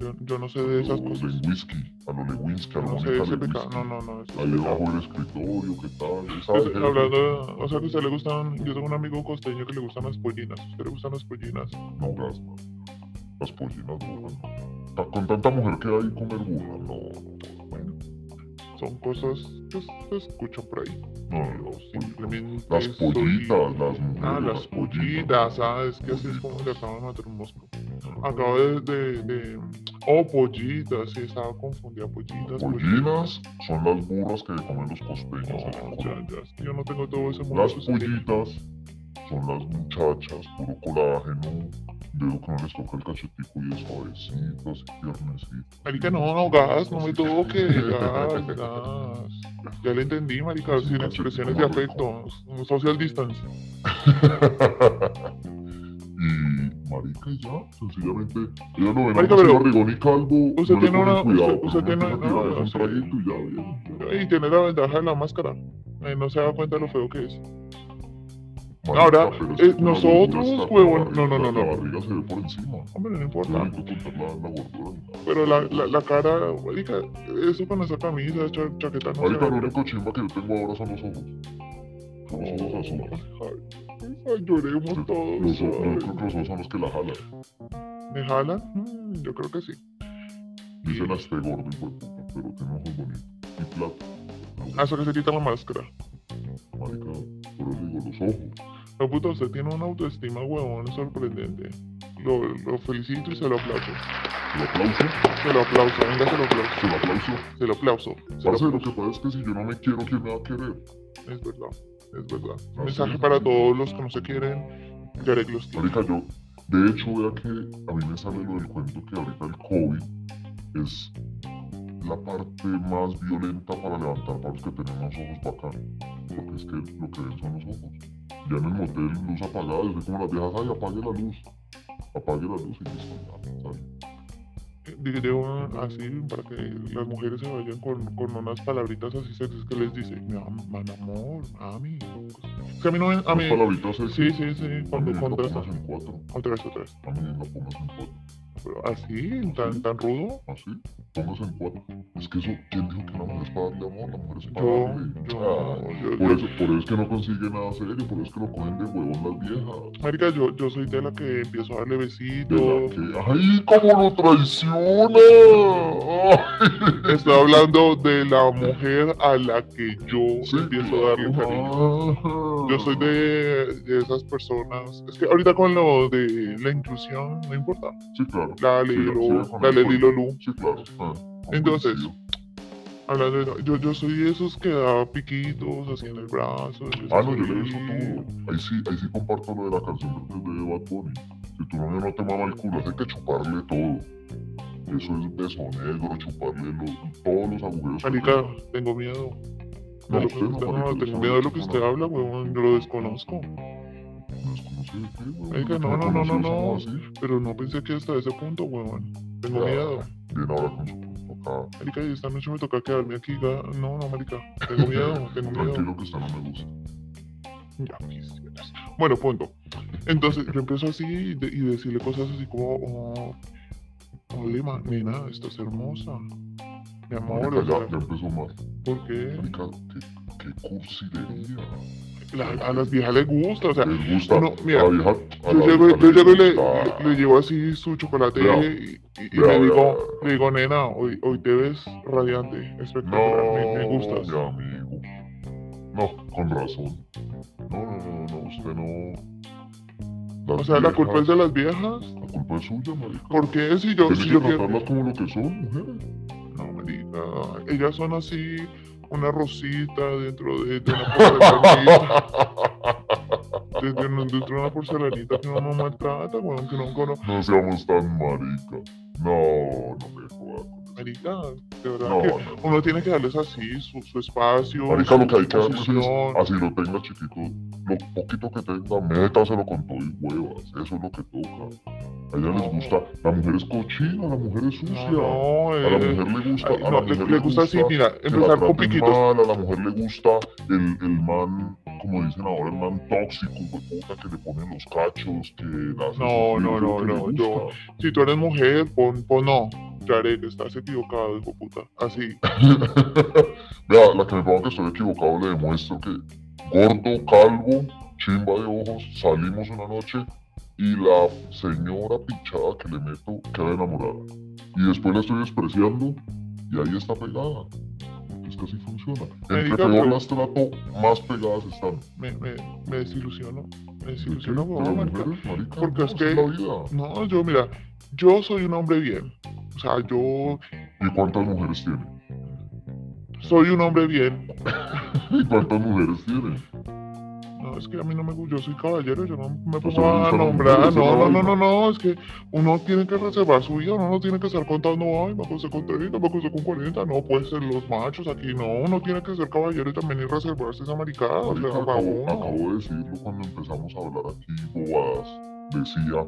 A: Yo, yo no sé de esas
B: Lo
A: cosas.
B: Lewinsky, a lo Lewinsky, a lo
A: No sé
B: Mónica
A: ese pecado.
B: Lewinsky.
A: No, no, no. ese
B: Ahí
A: pecado.
B: debajo del escritorio, ¿qué tal? Esa
A: Pues,
B: vieja-
A: hablando, de- o sea que a usted le gustan, yo tengo un amigo costeño que le gustan las pollinas, a usted le gustan las pollinas.
B: No, gas, no. Las pollinas burras, no. Ta- Con tanta mujer que hay, comer burra, no. Bueno,
A: Son cosas que se escuchan por ahí.
B: no,
A: Yo
B: no, las pollinas.
A: simplemente
B: Las
A: soy-
B: pollitas, las mujeres.
A: Ah, las pollitas, ah, es que así es como le acaban de matar un mosco. Acabo de, de, de- Oh, pollitas, sí, estaba confundida, pollitas,
B: Pollinas son las burras que comen los costeños. en
A: No,
B: Colombia.
A: ya, ya, es que yo no tengo todo ese mundo.
B: Las
A: social.
B: pollitas son las muchachas, puro colágeno. Veo que no les toca el cachetico y es suavecitas y tiernecitas.
A: Marica, no, no, gas, no me toque, gas, gas. Ya le entendí, marica,
B: Sí,
A: sin
B: cachito,
A: expresiones de
B: marica.
A: afecto, un social distance.
B: y marica, y ya, sencillamente, ella lo
A: Marica,
B: ven a uno así
A: pero-
B: barrigón y calvo,
A: usted
B: no le
A: tiene
B: ponen
A: una-
B: cuidado,
A: usted- usted
B: pues uno
A: tiene-
B: empieza a tirar
A: no,
B: un
A: sí.
B: traguito y ya, bien, ya.
A: Y tiene la ventaja de la máscara, eh, no se da cuenta de lo feo que es.
B: Marica,
A: Ahora,
B: pero es que
A: eh,
B: la
A: nosotros,
B: gordura está-
A: huevón,
B: la barriga-
A: no, no, no,
B: La
A: no.
B: barriga se ve por encima,
A: Hombre, no
B: yo no
A: importa.
B: tengo que contar la, la gordura ni nada.
A: Pero la, la, la cara, marica, eso con esa camisa, esa cha- chaqueta, no
B: Marica,
A: se
B: lo
A: ve.
B: único chimba que yo tengo ahora son los ojos. Son los ojos azules.
A: Ay, ay, lloremos
B: Los,
A: todos.
B: yo creo
A: ay.
B: que los ojos son los que la jalan.
A: ¿Me jalan? Mm, Yo creo que sí.
B: Dicen hasta gordo, hijo de puta, pero tiene ojos bonitos. Y plata.
A: Ah, eso que se quita la máscara.
B: Marica, pero le digo los ojos.
A: No, puta, usted tiene una autoestima, huevón, sorprendente. Lo, lo felicito y se lo aplauso.
B: Se lo aplauso,
A: Se lo aplauso, venga, se lo aplauso.
B: se lo aplauso.
A: Se lo aplauso. Se lo
B: Parce, lo
A: aplauso.
B: que pasa es que si yo no me quiero, ¿quién me va a querer?
A: Es verdad, es verdad. Un
B: Así
A: mensaje
B: es,
A: para
B: así.
A: todos los que no se quieren. Derek los quiere.
B: Marica, yo, De hecho, vea que a mí me sale lo del cuento que ahorita el COVID es la parte más violenta para levantar para los que tenemos ojos bacanos. Porque es que lo que ven son los ojos. Ya en el motel, luz apagada, desde como las viejas, ay, apague la luz. Apague la luz y listo, ya, ¿sabes?
A: Diré una así para que las mujeres se vayan con, con unas palabritas así sexys que les dice, mi am- man amor, mami. Es que a mí no me... A
B: Las
A: mí,
B: palabritas
A: sí, sí, sí, cuando
B: También lo
A: contrastan.
B: pones en cuatro.
A: Otra vez, otra vez.
B: También lo pones en cuatro.
A: Pero así, tan, tan rudo.
B: Así, póngase en cuatro. Es que eso, ¿quién dijo que la mujer es para darle amor? La mujer es para
A: Yo,
B: darle.
A: yo,
B: Ay,
A: yo,
B: por,
A: yo-
B: eso, por eso es que no consigue nada serio, por eso es que lo cogen de huevón las viejas.
A: Marica, yo, yo soy de la que empiezo a darle
B: De la
A: besitos.
B: que, ¡ay, cómo lo traiciona! Ay,
A: Estoy hablando de la mujer a la que yo
B: sí,
A: empiezo a darle
B: claro.
A: cariño.
B: Ah.
A: Yo soy de, de esas personas. Es que ahorita con lo de la inclusión, no importa.
B: Sí, claro.
A: Dale,
B: Sí,
A: lo-
B: sí, ya con
A: dale,
B: el
A: Lilo,
B: cuerpo.
A: Lu.
B: Sí, claro. Ah,
A: Entonces,
B: coincido.
A: Hablando de eso, yo, yo soy de esos que da piquitos así en el brazo.
B: Ah, no, yo le beso todo. Ahí sí, ahí sí comparto lo de la canción de de Bad Bunny. Si tu novio no te mama el culo, hay que chuparle todo. Eso es beso negro, chuparle los, todos los agujeros. que
A: Marica, tengo miedo.
B: No,
A: De lo que
B: usted no,
A: usted-
B: marica,
A: no,
B: usted
A: tengo
B: no
A: miedo de lo
B: lo
A: que
B: conoce.
A: usted habla, weón. Yo lo desconozco.
B: tengas. Desconocido, ¿qué, güey?
A: Marica,
B: Tú
A: no, no, no, no,
B: conoces,
A: no.
B: ¿cómo así?
A: Pero no pensé que hasta ese punto, weón. Tengo
B: Ya.
A: miedo.
B: Viene ahora con su punto acá.
A: Marica, y esta noche me toca quedarme aquí. ga- No, no, Marica. Tengo miedo, tengo miedo.
B: Tranquilo que esta no me gusta.
A: Ya quisieras. Bueno, punto. Entonces yo empiezo así y, de- y decirle cosas así como, oh, ole, ma- nena, estás hermosa. Mi amor,
B: Marica,
A: o
B: ya, ya
A: sea,
B: empezó mal.
A: ¿por qué?
B: Marica, qué, qué cursilería.
A: La- a las viejas les gusta, o sea,
B: Les gusta.
A: no, mira,
B: a la vieja, a
A: yo
B: la
A: llego,
B: vieja
A: yo
B: le
A: llego y le,
B: gusta.
A: le- le llevo así su chocolate
B: Vea.
A: y, y- y
B: Vea,
A: le,
B: vea,
A: digo,
B: vea.
A: le digo, nena, hoy, hoy te ves radiante, espectacular,
B: No,
A: me, me gustas.
B: mi amigo. No, con razón. No, no, no, no, usted no. Las
A: O sea, la
B: viejas-
A: culpa es de las viejas.
B: La culpa es suya, marica.
A: ¿Por qué si yo,
B: Tiene
A: si
B: que
A: yo quiero...
B: tratarlas como lo que son, mujeres.
A: No, marica. Ellas son así, una rosita dentro de, de una porcelanita. dentro, de- dentro de una porcelanita que uno no maltrata, weón, que no conoce.
B: No seamos tan marica. No, no me jodas.
A: Marica, de verdad
B: No,
A: que
B: no.
A: uno tiene que darles así su, su espacio,
B: Marica, lo
A: su
B: que hay que hacer es,
A: posición.
B: así lo tenga chiquito, lo poquito que tenga, métaselo con todo y huevas. Eso es lo que toca. A ella les gusta, la mujer es cochina, la mujer es sucia.
A: No, no,
B: A la
A: eh,
B: mujer le gusta.
A: ay, no,
B: a la
A: le,
B: mujer
A: le gusta así, mira,
B: que la
A: empezar con
B: traten
A: piquitos.
B: mal, a la mujer le gusta el, el man, como dicen ahora, el man tóxico, pues, puta, que le ponen los cachos, que la hace
A: No,
B: sufrir,
A: no,
B: es lo
A: no,
B: que le
A: no,
B: gusta.
A: yo- Si tú eres mujer, pon, pon no. Yarek, estás equivocado, hijo puta. Así.
B: Vea, la que me ponga que estoy equivocado le demuestro que gordo, calvo, chimba de ojos, salimos una noche y la señora pichada que le meto queda enamorada. Y después la estoy despreciando y ahí está pegada. Es que así funciona. Entre
A: Marica,
B: peor
A: pero-
B: las trato, más pegadas están.
A: Me, me, me desilusiono. Me
B: ¿De qué?
A: desilusiono,
B: ¿De
A: weón,
B: las
A: marica.
B: mujeres, marica?
A: porque
B: No,
A: es
B: así
A: que-
B: la vida.
A: No, yo, mira, yo soy un hombre bien. O sea, yo
B: ¿Y cuántas mujeres tiene?
A: soy un hombre bien.
B: ¿Y cuántas mujeres tiene?
A: No, es que a mí no me gusta, yo soy caballero, yo no me
B: Pues
A: pongo a
B: son- son
A: nombrar.
B: mujeres,
A: No,
B: son
A: no, no,
B: vaina.
A: no, no, es que uno tiene que reservar su vida, uno no tiene que estar contando, ay, me acosté con 30, me acosté con 40. No, puede ser los machos aquí, no, uno tiene que ser caballero y también ir reservarse esa maricada, o
B: Marica,
A: sea, para
B: acabo,
A: uno.
B: acabo de decirlo cuando empezamos a hablar aquí, bobadas. Decía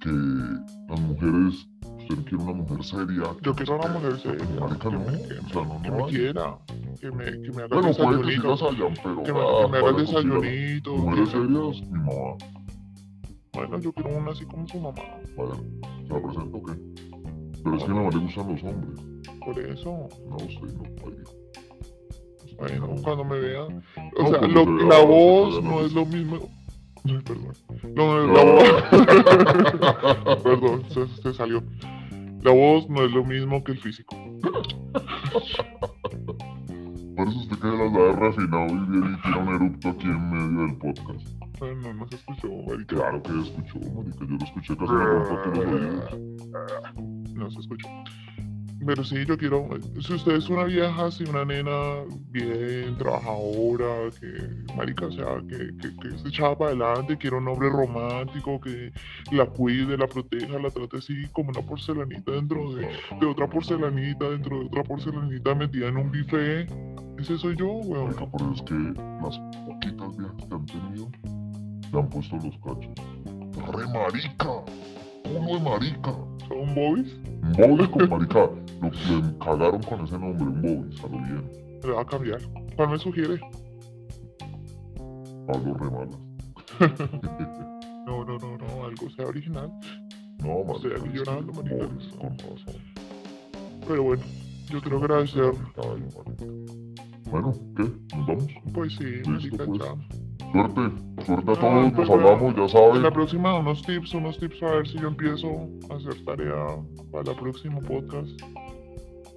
B: que las mujeres, usted quiere una mujer seria.
A: Yo quiero una mujer seria,
B: Marica,
A: que
B: no,
A: me, que
B: o sea, no,
A: me- que
B: no
A: me
B: hay.
A: quiera, que me, que me haga
B: Bueno, puede que sí
A: desayunito,
B: las hayan, pero.
A: que me, que me
B: ah,
A: haga
B: para conseguir
A: desayunito.
B: Mujeres
A: que-
B: serias, mi mamá.
A: Bueno, yo quiero una así como su mamá.
B: Vaya, ¿se la presento o qué? Pero es que a mi mamá le gustan los hombres.
A: Por eso,
B: No, usted no, vaya.
A: bueno, cuando me vean. O
B: No,
A: sea,
B: pues,
A: lo-
B: no se vea,
A: la
B: no se
A: voz
B: vea, no
A: no
B: se-
A: es lo mismo. Ay, perdón. No, no,
B: pues. No.
A: la voz. perdón, se, se salió. La voz no es lo mismo que el físico.
B: Parece usted que las da refinado y bien y tira un erupto aquí en medio del podcast.
A: Ay, No, no se escuchó, marica.
B: Claro que Pues
A: Ah,
B: escuchó, marica. Yo lo escuché casi me rompo todos los oídos.
A: No se escuchó. Pero sí, yo quiero. Si usted es una vieja, si una nena bien trabajadora, que marica, o sea, que, que, que se echaba para adelante, quiero un hombre romántico que la cuide, la proteja, la trate así como una porcelanita dentro de, de otra porcelanita, dentro de otra porcelanita metida en un buffet. Ese soy yo, weón.
B: Marica, pero es que las poquitas viejas que han tenido le han puesto los cachos. ¡Re marica! ¡Uno de marica!
A: Son bobis.
B: Bobby con marica. Lo que cagaron con ese nombre, un Bobby, a lo bien.
A: Le va a cambiar. ¿Cuál me sugiere?
B: A lo re malas.
A: No, no, no, no. Algo sea original.
B: No,
A: sea,
B: marica. es que
A: llorando, marica.
B: Bobby, con razón.
A: Pero bueno, yo quiero agradecer.
B: Ay, marica. Bueno, ¿qué? ¿Nos vamos?
A: Pues sí,
B: Listo,
A: marica,
B: pues.
A: ya.
B: Suerte, suerte a
A: Ah,
B: todos,
A: pues,
B: nos hablamos, ya
A: En la
B: saben.
A: próxima, unos tips, unos tips a ver si yo empiezo a hacer tarea para el próximo podcast.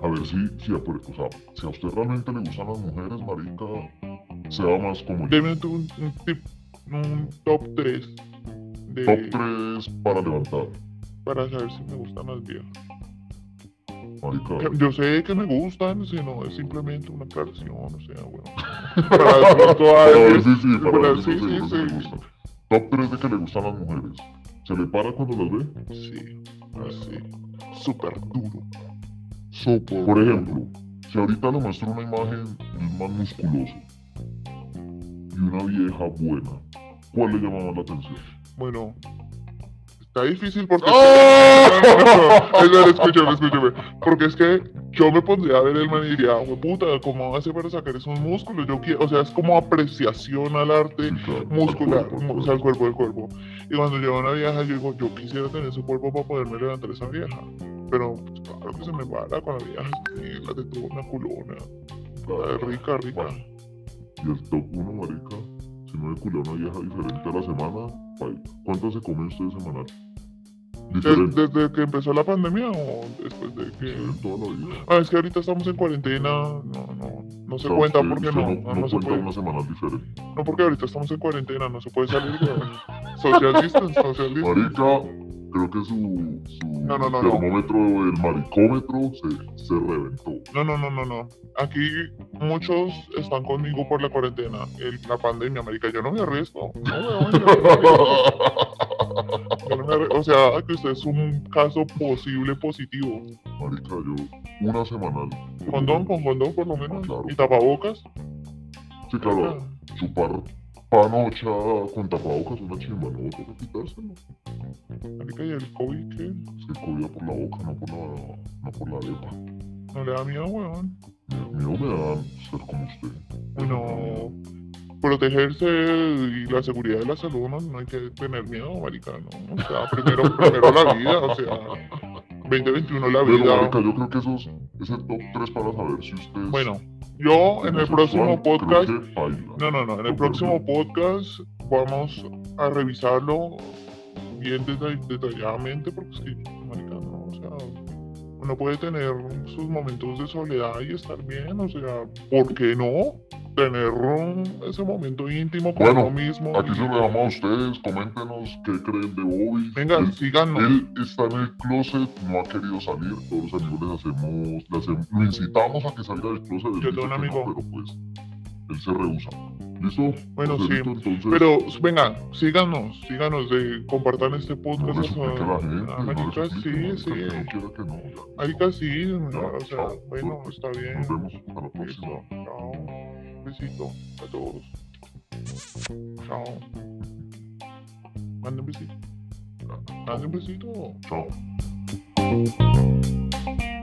B: A ver si, si, a- o sea, si a usted realmente le gustan las mujeres, marica, sea más como yo.
A: Deme tú un, un tip, un top 3 de,
B: Top 3 para levantar,
A: para saber si me gustan las viejas.
B: marica.
A: Yo sé que me gustan, si no es simplemente una aclaración, o sea, bueno. Para de pronto a
B: Para ver
A: alguien-
B: si sí, para
A: para-
B: ver
A: sí,
B: si seguro
A: sí,
B: que le
A: sí.
B: gustan. Top 3 de que le gustan las mujeres. ¿Se le para cuando las ve?
A: Sí, así. Súper duro.
B: Sopo. Por ejemplo, si ahorita le muestro una imagen de un man musculoso y una vieja buena, ¿cuál le llama más la atención?
A: Bueno, está difícil porque.
B: ¡Ah!
A: No, no, no, escúchame, escúchame. Porque es que yo me pondría a ver el man y diría, "Hue puta, ¿cómo hace para sacar esos músculos? Yo quiero, o sea, es como apreciación al arte muscular, o sea, al cuerpo del cuerpo. Y cuando llega una vieja, yo digo, yo quisiera tener ese cuerpo para poderme levantar esa vieja. Pero pues, claro que se me para con la vieja, sí, la de una culona, la de rica, rica.
B: Y el top 1, marica, si no le culea una vieja diferente a la semana, bye. ¿cuánto se come usted semanal?
A: Des-
B: Diferente.
A: ¿Desde que empezó la pandemia o después de que.?
B: Diferente toda la vida.
A: Ah, es que ahorita estamos en cuarentena, no, no, no se
B: O sea,
A: cuenta
B: usted-
A: porque
B: usted
A: no, no,
B: No,
A: no se
B: cuenta
A: puede,
B: una semanal diferente.
A: no porque ahorita estamos en cuarentena, no se puede salir, güey. social distance, social distance.
B: Marica, creo que su, su
A: No, no, no, no.
B: termómetro del maricómetro se, se reventó.
A: No, no, no, no, no. Aquí muchos están conmigo por la cuarentena, el- la pandemia, marica, yo no me arriesgo, no, weón, yo no me arriesgo. Yo no me arrie- o sea, que usted es un caso posible positivo,
B: Marica, yo una semanal.
A: condón con condón por lo menos,
B: Claro.
A: y tapabocas, Ah,
B: Sí, claro, chupar panocha con tapabocas una chimba, no toca quitárselo.
A: marica, y el COVID, ¿qué?
B: Se cobía por la boca, no por la, no por la arepa.
A: No le da miedo, weón.
B: Mi- Miedo me da ser como usted.
A: No, protegerse y la seguridad de la salud, no, no hay que tener miedo, marica, no. O sea, primero, primero la vida, o sea, 2021 la
B: Pero,
A: vida.
B: marica, yo creo que esos es el top 3 para saber si usted es
A: Bueno, yo en el próximo
B: homosexual, creo
A: podcast,
B: que baila.
A: no, no, no, en el próximo podcast vamos a revisarlo bien detall- detalladamente, porque es que, marica, no, o sea, uno puede tener sus momentos de soledad y estar bien, o sea, ¿por qué no? Tener un- ese momento íntimo con
B: Bueno,
A: uno mismo.
B: Aquí se lo dejamos a ustedes, coméntenos qué creen de Bobby.
A: Venga,
B: Él-
A: síganos.
B: Él está en el closet, no ha querido salir, todos los amigos les hacemos, le hacemos- lo incitamos a que salga del closet. él
A: Yo
B: dice
A: tengo un
B: que no,
A: amigo.
B: pero pues, él se rehúsa. ¿Listo?
A: Bueno, sí,
B: Marcelito? Entonces,
A: Pero venga, síganos, síganos, de, compartan este
B: no
A: podcast.
B: les explique a la gente,
A: a
B: no les
A: Maricas, sí,
B: explique,
A: sí.
B: marica, que no quiera que no. ya.
A: Marica, sí, o sea,
B: chao.
A: bueno, está bien.
B: Nos vemos hasta la próxima.
A: Listo, chao. Un besito a todos. Chao. Manden besito. Manden besito.
B: Chao.